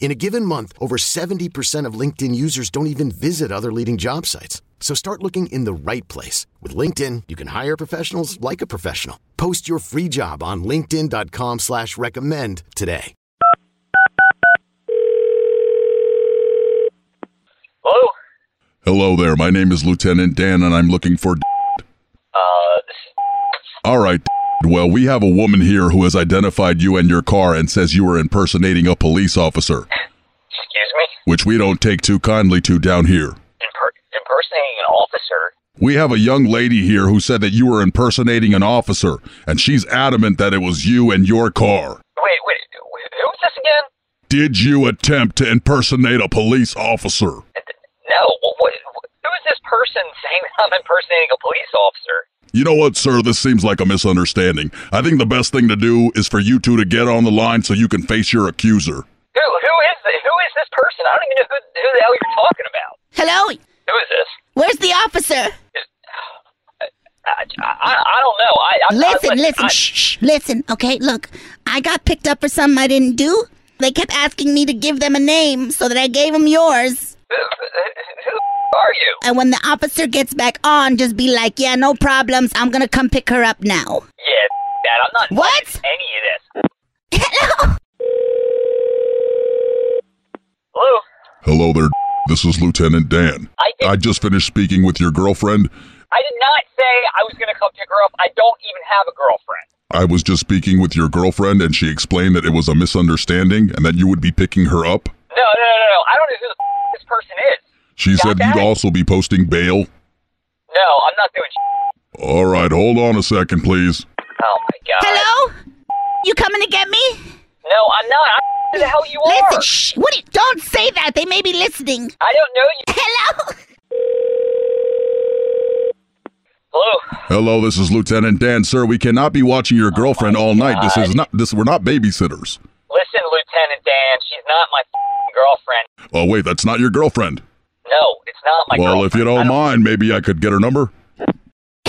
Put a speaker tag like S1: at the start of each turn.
S1: In a given month, over 70% of LinkedIn users don't even visit other leading job sites. So start looking in the right place. With LinkedIn, you can hire professionals like a professional. Post your free job on linkedin.com slash recommend today.
S2: Hello?
S3: Hello there. My name is Lieutenant Dan, and I'm looking for.
S2: Uh, this is,
S3: All right. Well, we have a woman here who has identified you and your car and says you were impersonating a police officer,
S2: excuse me?
S3: which we don't take too kindly to down here.
S2: Imper- impersonating an officer?
S3: We have a young lady here who said that you were impersonating an officer, and she's adamant that it was you and your car.
S2: Wait, wait, wh- who's this again?
S3: Did you attempt to impersonate a police officer?
S2: No, wh- wh who is this person saying that I'm impersonating a police officer?
S3: You know what, sir? This seems like a misunderstanding. I think the best thing to do is for you two to get on the line so you can face your accuser.
S2: Who, who is the, who is this person? I don't even know who, who the hell you're talking about.
S4: Hello?
S2: Who is this?
S4: Where's the officer?
S2: I, I, I don't know. I, I
S4: Listen,
S2: I,
S4: listen,
S2: I,
S4: shh, shh, listen, okay? Look, I got picked up for something I didn't do. They kept asking me to give them a name, so that I gave them yours.
S2: who, who who are you?
S4: And when the officer gets back on, just be like, yeah, no problems. I'm gonna come pick her up now.
S2: Yeah, that I'm not
S4: What?
S2: into any of this. Hello?
S3: Hello there. This is Lieutenant Dan.
S2: I did,
S3: I just finished speaking with your girlfriend.
S2: I did not say I was going to come pick her up. I don't even have a girlfriend.
S3: I was just speaking with your girlfriend, and she explained that it was a misunderstanding and that you would be picking her up.
S2: No, no, no, no. I don't know who the f- this person is.
S3: She
S2: Got
S3: said
S2: that?
S3: you'd also be posting bail.
S2: No, I'm not doing shit.
S3: All right, hold on a second, please.
S2: Oh my god.
S4: Hello? You coming to get me?
S2: No, I'm not. I don't know who the hell you
S4: Listen,
S2: are.
S4: shh, what do you, don't say that. They may be listening.
S2: I don't know you.
S4: Hello?
S2: Hello.
S3: Hello, this is Lieutenant Dan, sir. We cannot be watching your girlfriend all night. This is not this. We're not babysitters.
S2: Listen, Lieutenant Dan, she's not my f- girlfriend.
S3: Oh wait, that's not your girlfriend.
S2: No, it's not my
S3: well,
S2: girlfriend.
S3: if you
S2: I
S3: don't mind, maybe I could get her number.
S4: Stupid.